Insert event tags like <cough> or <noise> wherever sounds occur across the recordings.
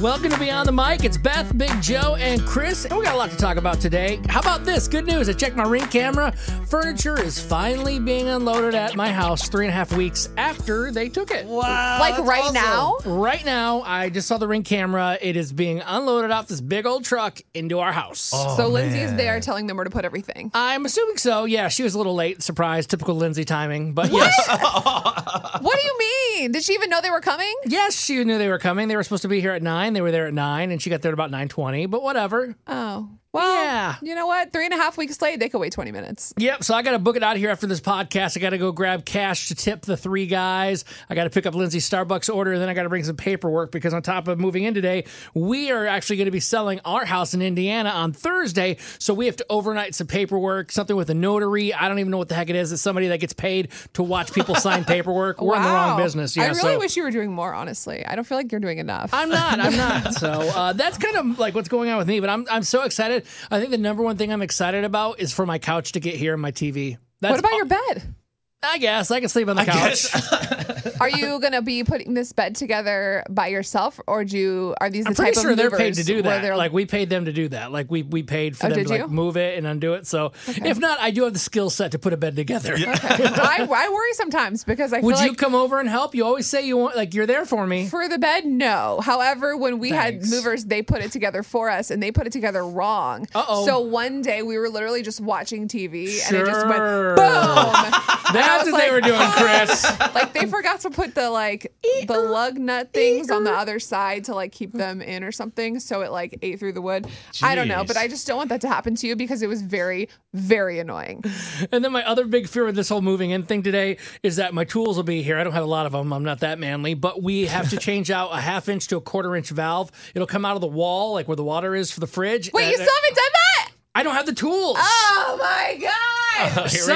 Welcome to Beyond the Mic. It's Beth, Big Joe, and Chris, and we got a lot to talk about today. How about this? Good news. I checked my ring camera. Furniture is finally being unloaded at my house three and a half weeks after they took it. Wow. like Oh, that's right awesome. now. Right now, I just saw the ring camera. It is being unloaded off this big old truck into our house. so Lindsay is there telling them where to put everything. I'm assuming so. Yeah, she was a little late. Surprise, typical Lindsay timing. But yes, what do you mean? Did she even know they were coming? yes, she knew they were coming. They were supposed to be here at nine. They were there at nine, and she got there at about nine twenty. But whatever. Oh. Well, Yeah. you know what? Three and a half weeks late, they could wait 20 minutes. Yep. So I got to book it out of here after this podcast. I got to go grab cash to tip the three guys. I got to pick up Lindsay's Starbucks order. And then I got to bring some paperwork because, on top of moving in today, we are actually going to be selling our house in Indiana on Thursday. So we have to overnight some paperwork, something with a notary. I don't even know what the heck it is. It's somebody that gets paid to watch people sign paperwork. We're in the wrong <laughs> Wow. business. Yeah. I really so. wish you were doing more, honestly. I don't feel like you're doing enough. I'm not. I'm not. So uh, that's kind of like what's going on with me. But I'm I'm so excited. I think the number one thing I'm excited about is for my couch to get here and my TV. That's what about your bed? I guess I can sleep on the couch. Yes. <laughs> Are you going to be putting this bed together by yourself, or do you, are these I'm the type pretty sure of they're paid movers to do where that. they're- Like we paid them to do that. Like we we paid for Oh, them did to like you? move it and undo it. So if not, I do have the skill set to put a bed together. <laughs> <laughs> I, I worry sometimes because I feel Would you like come over and help? You always say you want like you're there for me. for the bed, no. However, when we Thanks. had movers, they put it together for us and they put it together wrong. Uh-oh. So one day we were literally just watching TV and it just went Sure. boom. And I That's was what they like, "Oh." were doing, Chris. <laughs> like they forgot to put the like the lug nut things on the other side to like keep them in or something so it like ate through the wood i don't know Jeez. but i just don't want that to happen to you because it was very very annoying And then my other big fear with this whole moving in thing today is that my tools will be here. I don't have a lot of them. I'm not that manly, but we have to change out a half inch to a quarter inch valve. It'll come out of the wall, like where the water is for the fridge. wait you And still haven't done that I don't have the tools. oh <laughs> my god Here so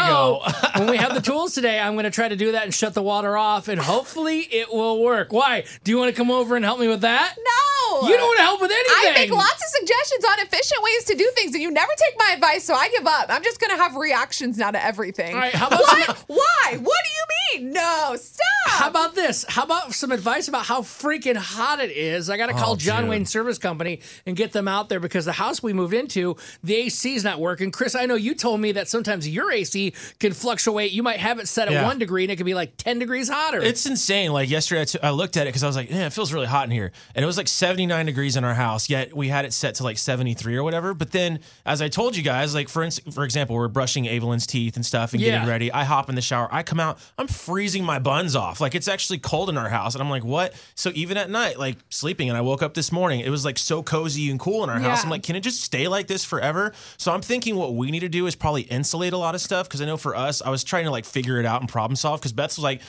we go. <laughs> when we have the tools today, I'm going to try to do that and shut the water off, and hopefully it will work. Why? Do you want to come over and help me with that? no You don't want to help with anything. I make lots of suggestions on efficient ways to do things, and you never take my advice, so I give up. I'm just gonna have reactions now to everything. All right, how about What? some- Why? What do you mean? No, stop. How about this? How about some advice about how freaking hot it is? I got to call Oh, John dude. Wayne Service Company and get them out there because the house we moved into, the AC is not working. Chris, I know you told me that sometimes your AC can fluctuate. You might have it set at Yeah. one degree and it could be like 10 degrees hotter. It's insane. Like yesterday, I, t- I looked at it because I was like, "Yeah, it feels really hot in here," and it was like 79 degrees in our house. Yet we had it set to like 73 or whatever. But then, as I told you guys, like for ins- for example, we're brushing Evelyn's teeth and stuff and Yeah. getting ready. I hop in the shower. I come out. I'm freezing my buns off. Like it's actually cold in our house, and I'm like, "What?" So even at night, like sleeping, and I woke up this morning. It was like so cozy and cool in our house. Yeah. I'm like, "Can it just stay like this forever?" So I'm thinking what we need to do is probably insulate a lot of stuff because I know for us, I was trying to like figure it out and problem solve because Beth's was like.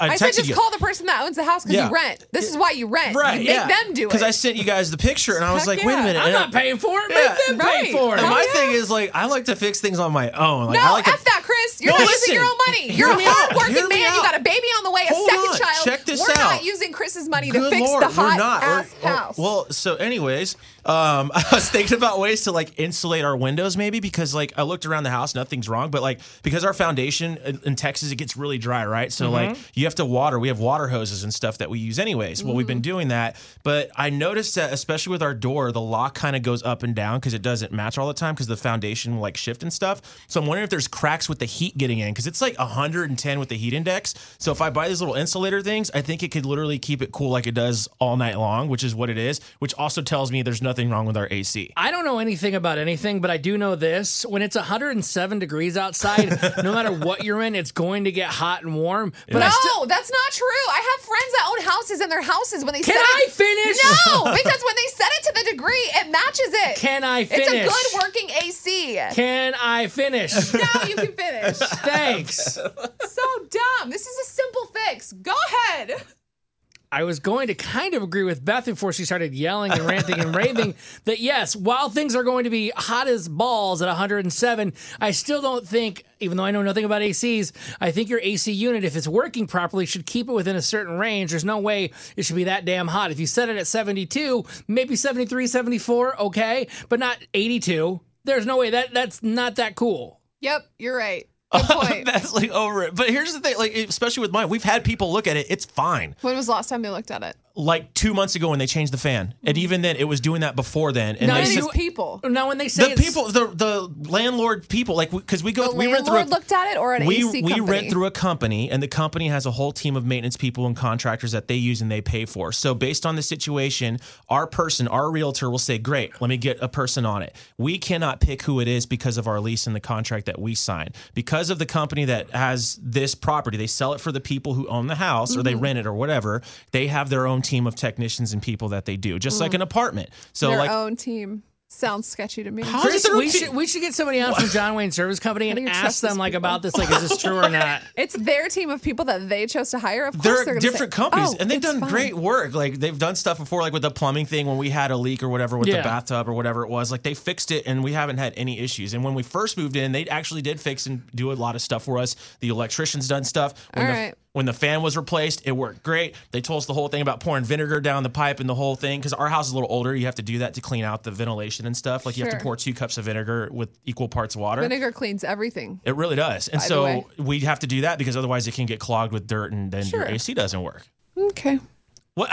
I said texted just you. call the person that owns the house because Yeah. you rent. This is why you rent. Right. You make yeah. them do it. Because I sent you guys the picture and I was Heck like, wait a yeah. minute. I'm and not I- paying for it. Yeah. Make them pay Right. for it. and Hell my yeah. thing is like, I like to fix things on my own. Like, no, I like F to, that, Chris. You're No, not listen. using your own money. Hear You're a me out. Hear hardworking me man. You out. got a baby on the way, Hold a second on. child. Check this We're out. not using Chris's money to Good fix Lord, the hot we're not. ass We're- oh, house. well, so anyways, um, <laughs> I was thinking about ways to like insulate our windows, maybe because like I looked around the house, nothing's wrong, but like because our foundation in, in Texas it gets really dry, right? So Mm-hmm. like you have to water. We have water hoses and stuff that we use anyways. Well, we've been Mm-hmm. doing that, but I noticed that especially with our door, the lock kind of goes up and down because it doesn't match all the time because the foundation will like shift and stuff. So I'm wondering if there's cracks with the heat getting in because it's like 110 with the heat index. So if I buy these little insulator things, I think it could literally keep it cool like it does all night long, which is what it is, which also tells me there's nothing wrong with our AC. I don't know anything about anything, but I do know this. When it's 107 degrees outside, no <laughs> matter what you're in, it's going to get hot and warm. But no, I still that's not true. I have friends that own houses and their houses when they Can set I it, finish? <laughs> No, because when they set it to the degree, it matches it. Can I finish? It's a good working AC. Can I finish? <laughs> now you can finish. Thanks. <laughs> so dumb. This is a simple fix. Go ahead. I was going to kind of agree with Beth before she started yelling and ranting and <laughs> raving that yes, while things are going to be hot as balls at 107, I still don't think, even though I know nothing about ACs, I think your AC unit, if it's working properly, should keep it within a certain range. There's no way it should be that damn hot. If you set it at 72, maybe 73, 74, okay, but not 82. There's no way that that's not that cool. Yep, you're <laughs> right. Good point. That's like over it. But here's the thing, like especially with mine, we've had people look at it. It's fine. when was the last time they looked at it? like two months ago when they changed the fan, and Mm-hmm. even then it was doing that before then. And Now they you- said- These people. Now, when they say the it's- people, the the landlord people, like because we go, The we rent landlord through. A, looked at it, or an we AC we company. rent through a company, and the company has a whole team of maintenance people and contractors that they use and they pay for. So based on the situation, our person, our realtor, will say, "Great, let me get a person on it." We cannot pick who it is because of our lease and the contract that we sign. Because of the company that has this property, they sell it for the people who own the house or Mm-hmm. they rent it or whatever. They have their own team of technicians and people that they do, just like an apartment. So Mm. their like. own team. Sounds sketchy to me. How Chris, is there a we team- should we should get somebody on from John Wayne Service Company and How do you ask trust them these like people? about this, like is this true <laughs> or not? It's their team of people that they chose to hire. Of course, they're, they're, gonna different say, companies "Oh, and they've it's done fine." great work like they've done stuff before like with the plumbing thing when we had a leak or whatever with Yeah. the bathtub or whatever it was like they fixed it and we haven't had any issues and when we first moved in they actually did fix and do a lot of stuff for us the electrician's done stuff when All the right. when the fan was replaced, it worked great. They told us the whole thing about pouring vinegar down the pipe and the whole thing because our house is a little older. You have to do that to clean out the ventilation and stuff. Like you have to Sure. pour two cups of vinegar with equal parts water. Vinegar cleans everything. It really does. And By the way. so we have to do that because otherwise it can get clogged with dirt and then Sure. your AC doesn't work. Okay. What?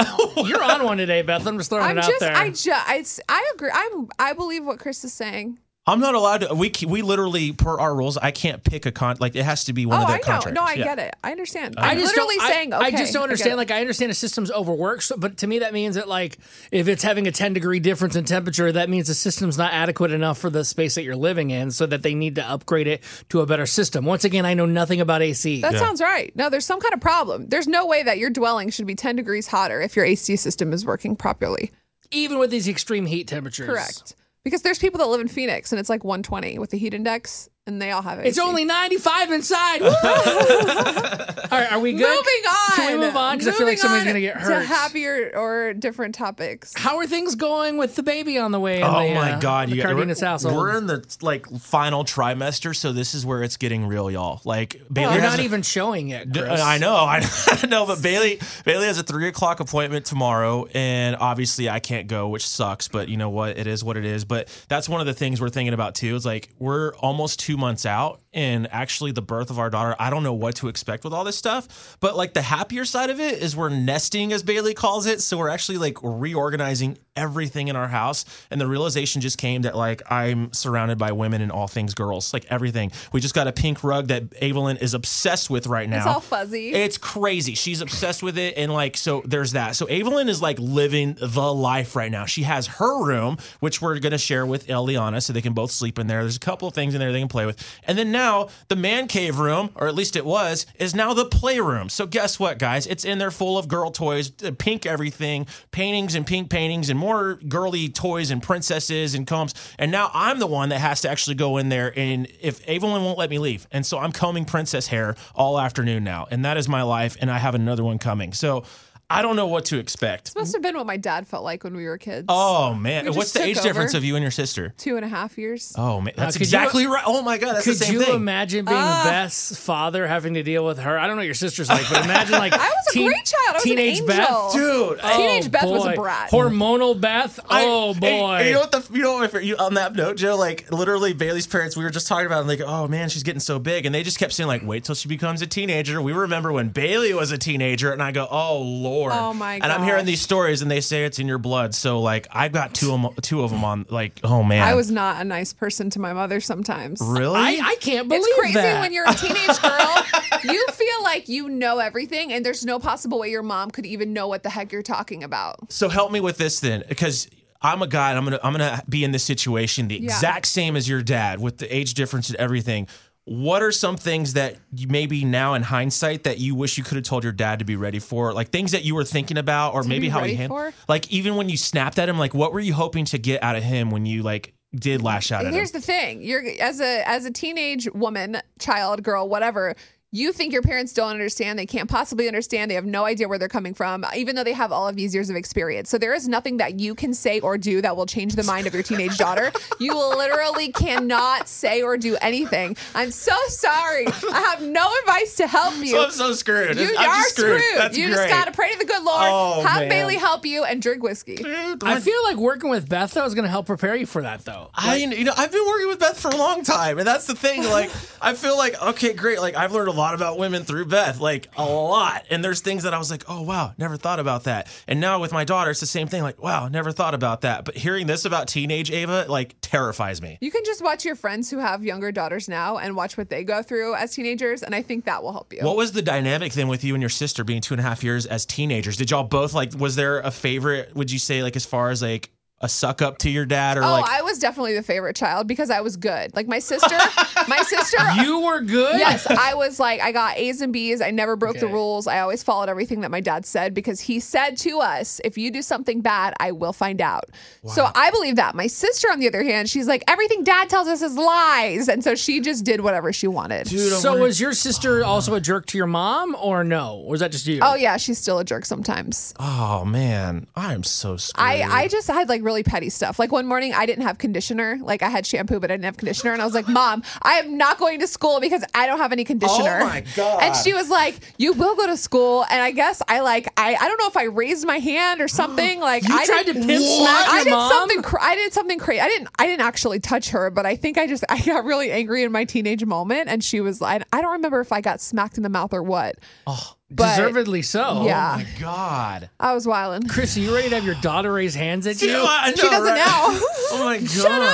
<laughs> You're on one today, Beth. I'm just throwing I'm it out just, there. I just, I agree. I'm, I believe what Chris is saying. I'm not allowed to. We c- we literally per our rules, I can't pick a con. Like it has to be one oh, of the I know. contractors. No, I Yeah. get it. I understand. I I'm just literally don't, I- saying, okay. I just don't get it. understand. Like, I understand a system's overworked, so- but to me, that means that, like, if it's having a 10 degree difference in temperature, that means the system's not adequate enough for the space that you're living in, so that they need to upgrade it to a better system. Once again, I know nothing about AC. that sounds right. No, there's some kind of problem. There's no way that your dwelling should be 10 degrees hotter if your AC system is working properly. Even with these extreme heat temperatures. Correct. Because there's people that live in Phoenix and it's like 120 with the heat index and they all have it. It's only 95 <laughs> inside. Woo! <laughs> All right, are we good? Moving on. Can we move on? Because I feel like Moving somebody's on going to get hurt. To happier or different topics. How are things going with the baby on the way? Oh in the, my uh, god, the you Cardenas guys! household. We're, we're in the like final trimester, so this is where it's getting real, y'all. Like Bailey, They're has not a- even showing it. D- Chris. I know, <laughs> I know, but Bailey Bailey has a three o'clock appointment tomorrow, and obviously I can't go, which sucks. But you know what? It is what it is. But that's one of the things we're thinking about too. Is like we're almost two months out, and actually the birth of our daughter. I don't know what to expect with all this stuff, but like the happier side of it is we're nesting, as Bailey calls it. So we're actually like reorganizing everything in our house, and the realization just came that like I'm surrounded by women and all things girls, like everything. We just got a pink rug that Evelyn is obsessed with right now. It's all fuzzy. It's crazy. She's obsessed with it. And like, so there's that. So Evelyn is like living the life right now. She has her room, which we're going to share with Eliana so they can both sleep in there. There's a couple of things in there they can play with. And then now the man cave room, or at least it was, is now the playroom. So guess what, guys? It's in there full of girl toys, uh, pink everything, paintings and pink paintings, and more girly toys and princesses and combs. And now I'm the one that has to actually go in there. And if Evelyn won't let me leave, and so I'm combing princess hair all afternoon now, and that is my life. And I have another one coming. So I don't know what to expect. must have been what my dad felt like when we were kids. Oh man, just what's the took age difference over. of you and your sister? Two and a half years. Oh man, that's could you- exactly right. Oh my god, that's the Could same you thing. imagine being Beth's father having to deal with her? I don't know what your sister's like, but imagine like <laughs> I was a teen- great child. I was an teenage angel. Beth. Oh, Dude, I- Teenage Beth was a boy. brat. Hormonal Beth. I- oh and- boy. and you know what? The, you know what? You, on that note, Joe, like literally Bailey's parents, we were just talking about, it, and like, oh man, she's getting so big, and they just kept saying like, wait till she becomes a teenager. We remember when Bailey was a teenager, and I go, oh lord. Oh, my And I'm hearing gosh. these stories, and they say it's in your blood. So like, I've got two of them, two of them on. Like, oh man, I was not a nice person to my mother sometimes. really. I, I can't believe It's crazy that. when you're a teenage <laughs> girl, you feel like you know everything, and there's no possible way your mom could even know what the heck you're talking about. So help me with this then, because I'm a guy and I'm gonna I'm gonna be in this situation the Yeah. exact same as your dad with the age difference and everything. What are some things that you maybe now in hindsight that you wish you could have told your dad to be ready for? Like things that you were thinking about or maybe be how he ready for? handled like even when you snapped at him, like what were you hoping to get out of him when you like did lash out at him? Here's the thing: you're as a as a teenage woman, child, girl, whatever. You think your parents don't understand. They can't possibly understand. They have no idea where they're coming from, even though they have all of these years of experience. So there is nothing that you can say or do that will change the mind of your teenage <laughs> daughter. You literally cannot say or do anything. I'm so sorry. I have no advice to help you. So I'm so screwed. you I'm are just screwed. screwed. That's you great. just gotta pray to the good Lord. Oh, have man. Bailey help you and drink whiskey. I feel like working with Beth though is going to help prepare you for that though. <laughs> I you know I've been working with Beth for a long time, and that's the thing. Like I feel like okay, great. Like I've learned a lot about women through Beth, like a lot. And there's things that I was like, oh wow, never thought about that. And now with my daughter, it's the same thing. Like wow, never thought about that. But hearing this about teenage Ava like terrifies me. You can just watch your friends who have younger daughters now and watch what they go through as teenagers, and I think that will help you. What was the dynamic then with you and your sister being two and a half years as teenagers? Did y'all both like? Was there a favorite? Would you say like as far as like a suck up to your dad or Oh, like? I was definitely the favorite child because I was good. Like my sister, <laughs> my sister. You were good. Yes, <laughs> I was like, I got A's and B's. I never broke the Okay. rules. I always followed everything that my dad said because he said to us, if you do something bad, I will find out. So I believe that. My sister, on the other hand, she's like, everything dad tells us is lies. And so she just did whatever she wanted. Dude, I So wonder- was your sister also a jerk to your mom, or no? Or was that just you? Oh, yeah, she's still a jerk sometimes. oh man, I'm so screwed. I, I just had like really petty stuff. Like one morning, I didn't have conditioner. Like I had shampoo, but I didn't have conditioner. And I was like, Mom, I am not going to school because I don't have any conditioner. Oh, my God. And she was like, You will go to school. And I guess I like, I, I don't know if I raised my hand or something. Like You I tried to didn't- pimp smack I your did mom? something. Cra- I did something crazy. I didn't. I didn't actually touch her, but I think I just I got really angry in my teenage moment, and she was. I, I don't remember if I got smacked in the mouth or what. but- Deservedly so. Oh Yeah. my god. I was wilding. Chris, are you ready to have your daughter raise hands at <laughs> you? She doesn't now. Oh <laughs> my god.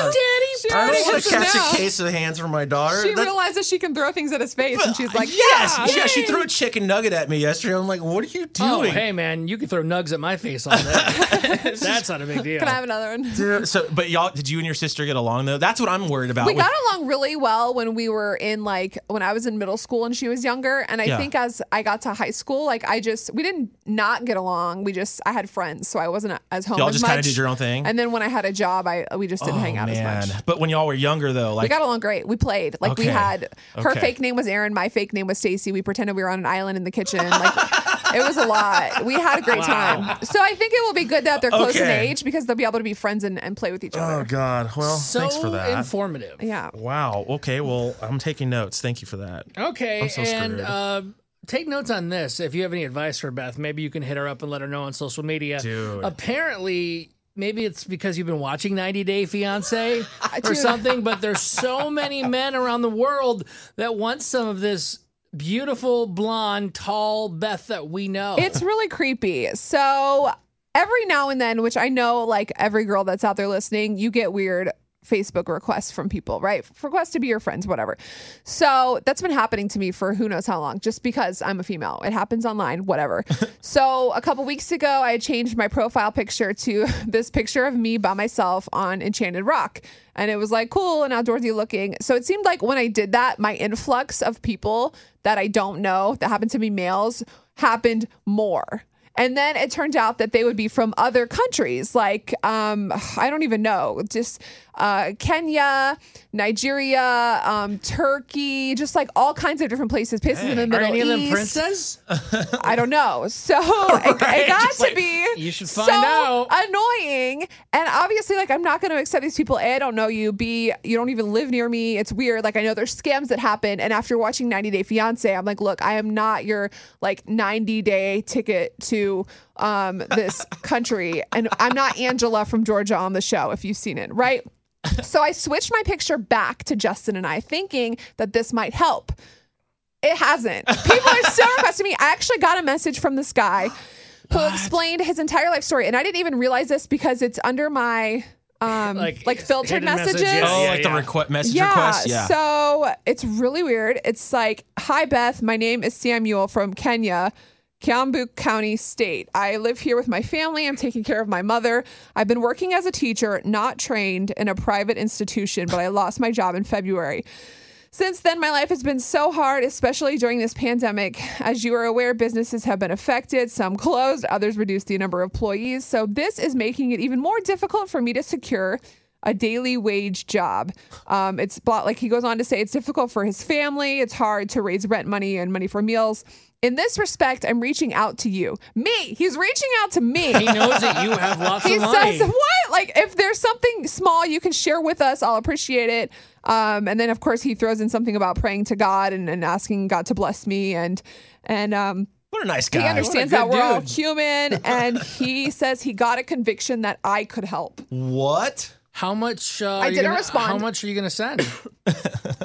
She I already don't want has to it catch now. a case of hands from my daughter. She That's- realizes she can throw things at his face, and she's like, yes, "Yeah, yeah, she threw a chicken nugget at me yesterday. I'm like, what are you Oh, doing? hey man, you can throw nugs at my face all day. That's not a big deal. Can I have another one? So, but y'all, did you and your sister get along though? That's what I'm worried about. We with- got along really well when we were in like when I was in middle school and she was younger. And I Yeah. think as I got to high school, like I just we didn't not get along. We just I had friends, so I wasn't as home. y'all as just much. kind of did your own thing. And then when I had a job, I we just didn't hang Oh, out as much. man. But when y'all were younger though, We like got along great. We played. Like we Okay. had her Okay. fake name was Erin, my fake name was Stacy. We pretended we were on an island in the kitchen. Like it was a lot. We had a great time. So I think it will be good that they're close in Okay. age because they'll be able to be friends and, and play with each oh other. god, well, so Oh, thanks for that. informative. Yeah. wow. Okay. Well, I'm taking notes. Thank you for that. Okay, I'm so and screwed. uh, take notes on this. If you have any advice for Beth, maybe you can hit her up and let her know on social media. Dude. Apparently, maybe it's because you've been watching 90 Day <laughs> Fiance or Dude. something. But there's so many men around the world that want some of this beautiful blonde, tall Beth that we know. <laughs> It's really creepy. So every now and then, which I know like every girl that's out there listening, you get weird Facebook requests from people, right? Requests to be your friends, whatever. So that's been happening to me for who knows how long, just because I'm a female. It happens online, whatever. so a couple weeks ago, I changed my profile picture to <laughs> this picture of me by myself on Enchanted Rock. And it was like cool and outdoorsy looking. So it seemed like when I did that, my influx of people that I don't know that happened to be males happened more. And then it turned out that they would be from other countries, like um, <sighs> I don't even know, just uh, Kenya, Nigeria, um, Turkey, just like all kinds of different places, places in the are Middle any of them East. princess? I don't <laughs> know. So it, it got Just to like, be you should so find out. annoying. And obviously, like I'm not going to accept these people. A, I don't know you. B, you don't even live near me. It's weird. Like I know there's scams that happen. And after watching 90 Day Fiance, I'm like, look, I am not your like 90 day ticket to um <laughs> this country, and I'm not Angela from Georgia on the show. If you've seen <laughs> it, right? So I switched my picture back to Justin and I, thinking that this might help. It hasn't. People are still requesting me. I actually got a message from this guy who explained his entire life story, and I didn't even realize this because it's under my um like, filtered hidden messages. messages. Oh, Yeah, like the yeah. request message Yeah, request. Yeah. So it's really weird. It's like, hi Beth, my name is Samuel from Kenya. Kiambu County State. I live here with my family. I'm taking care of my mother. I've been working as a teacher, not trained in a private institution, but I lost my job in February. Since then, my life has been so hard, especially during this pandemic. As you are aware, businesses have been affected, some closed, others reduced the number of employees. So, this is making it even more difficult for me to secure a daily wage job. Um, it's blo- like he goes on to say it's difficult for his family, it's hard to raise rent money and money for meals. In this respect, I'm reaching out to you. Me. He's reaching out to <laughs> me. He knows that you have lots He of money. says, "What? Like, if there's something small you can share with us, I'll appreciate it." Um, and then, of course, he throws in something about praying to God and, and asking God to bless me, and and um, What a nice guy. he understands good that we're all dude. human. and he says he got a conviction that I could help. What? how much? Uh, I are you didn't gonna- respond. <laughs> How much are you going to send?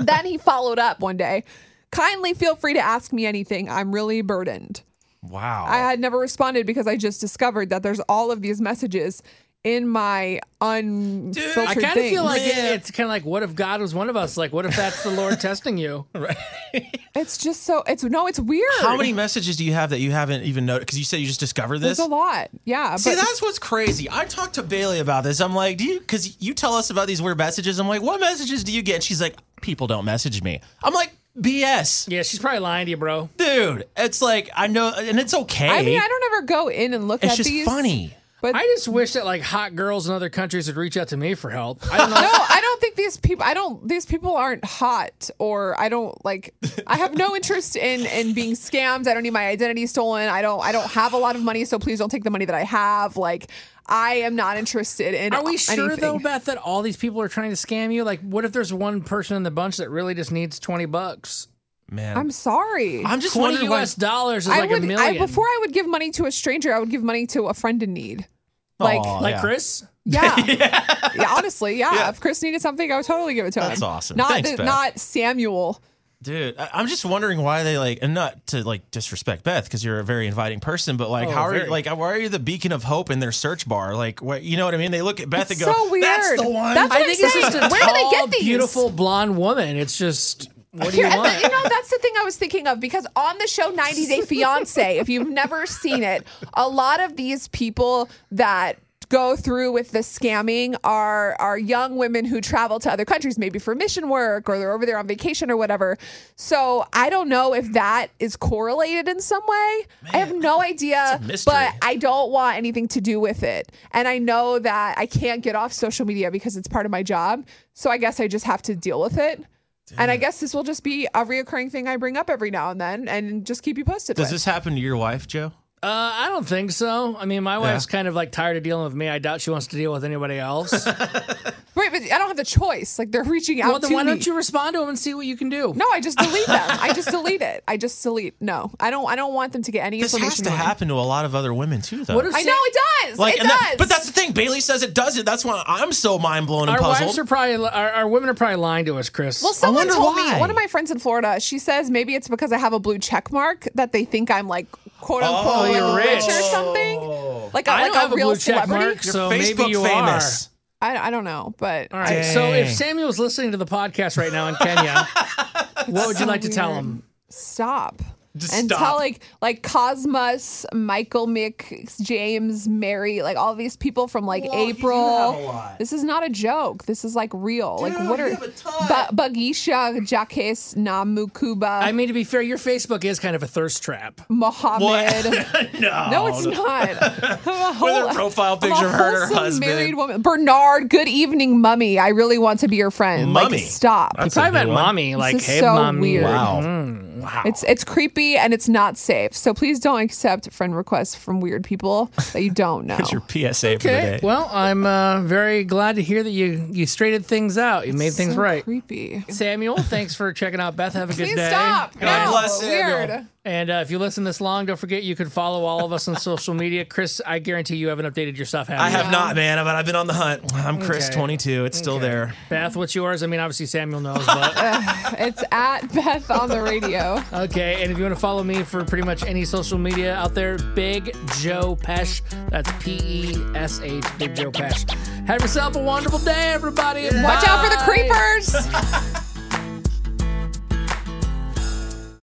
then he followed up one day Kindly feel free to ask me anything. I'm really burdened. Wow. I had never responded because I just discovered that there's all of these messages in my unfiltered I kind of things. feel like it- it's kind of like, what if God was one of us? Like, what if that's the Lord testing you? it's just so it's no, it's weird. How many messages do you have that you haven't even noticed? Because you said you just discovered this. There's a lot. Yeah. See, that's what's crazy. I talked to Bailey about this. I'm like, do you, because you tell us about these weird messages. I'm like, what messages do you get? And she's like, people don't message me. I'm like, BS. Yeah, she's probably lying to you, bro. Dude, it's like, I know, and it's okay. I mean, I don't ever go in and look it's at just these. funny. But I just wish that like hot girls in other countries would reach out to me for help. I don't no, know. I don't think these people. I don't. These people aren't hot, or I don't like. I have no interest in in being scammed. I don't need my identity stolen. I don't. I don't have a lot of money, so please don't take the money that I have. Like, I am not interested in. Are we sure anything. though, Beth, that all these people are trying to scam you? Like, what if there's one person in the bunch that really just needs twenty bucks? Man. I'm sorry. I'm just Twenty wondering why- U.S. dollars is I like would. a I, million. before I would give money to a stranger, I would give money to a friend in need. Like, Aw, like yeah. Chris, <laughs> yeah. Yeah, honestly, yeah. If Chris needed something, I would totally give it to him. That's awesome. Not Thanks, that- Beth. not Samuel. Dude, I, I'm just wondering why they like, and not to like disrespect Beth because you're a very inviting person, but like, Oh, how are very. you like, why are you the beacon of hope in their search bar? Like, what you know what I mean? They look at Beth It's and go, so weird. "That's the one." That's what I I'm think it's saying. just a Where do they tall, get these? beautiful blonde woman. It's just what do you Here- and the- you want? know, that's the thing I was thinking of because on the show 90 Day Fiance, if you've never seen it, a lot of these people that go through with the scamming are are young women who travel to other countries maybe for mission work or they're over there on vacation or whatever. So, I don't know if that is correlated in some way. I have no idea, a mystery. but I don't want anything to do with it. And I know that I can't get off social media because it's part of my job. So I guess I just have to deal with it. And I guess this will just be a reoccurring thing I bring up every now and then and just keep you posted. Does with. this happen to your wife, Joe? Uh, I don't think so. I mean, my wife's kind of like tired of dealing with me. I doubt she wants to deal with anybody <laughs> else. Wait, but I don't have the choice. Like they're reaching out well, then to why me. don't you respond to them and see what you can do? No, I just delete them. I just delete it. I just delete. No, I don't. I don't want them to get any This has information. to on me. happen to a lot of other women too, though. What if I know it does. like, it and does. that- but that's the thing. Bailey says it doesn't. That's why I'm so mind blown and our puzzled. wives are probably our, our women are probably lying to us, Chris. Well, someone wonder told why. me one of my friends in Florida. She says maybe it's because I have a blue check mark that they think I'm like quote unquote Oh, like, you're rich. or rich. something. Like I like don't have a real blue check celebrity. mark, so Facebook maybe you famous. are. I, I don't know, but All right. So if Samuel's listening to the podcast right now in <laughs> Kenya, what would you like to tell weird. him? stop. Just and stop. tell like like Cosmos, Michael, Mick, James, Mary, like all these people from like Whoa, you do April. have a lot. This is not a joke. This is like real. Dude, like what you are have a ton. ba- Bagisha, Jaques, Namukuba, I mean, to be fair, your Facebook is kind of a thirst trap. <laughs> Mohammed. no, No, it's not. <laughs> I'm a With whole- her profile I'm a picture of her and her wholesome husband. married woman. Bernard, good evening, mummy. I really want to be your friend. Mummy. Like, stop. You That's a probably good met one. mommy, like, is hey, so mommy. weird. Wow. It's it's creepy and it's not safe. So please don't accept friend requests from weird people that you <laughs> don't know. It's your PSA for the Okay. day. Well, I'm uh, very glad to hear that you you straightened things out. You made things So right. Creepy. Samuel, thanks for checking out Beth. Have a good Please day. stop. God no, bless Samuel. weird. And uh, if you listen this long, don't forget you can follow all of us on social media. Chris, I guarantee you haven't updated your stuff. Have I you? have not, man. But I've been on the hunt. I'm Chris, Okay. 22. It's still there. Beth, what's yours? I mean, obviously Samuel knows, but <laughs> It's at Beth on the radio. Okay, and if you want to follow me for pretty much any social media out there, Big Joe Pesh. That's P E S H, Big Joe Pesh. Have yourself a wonderful day, everybody. and Watch out for the bye. creepers.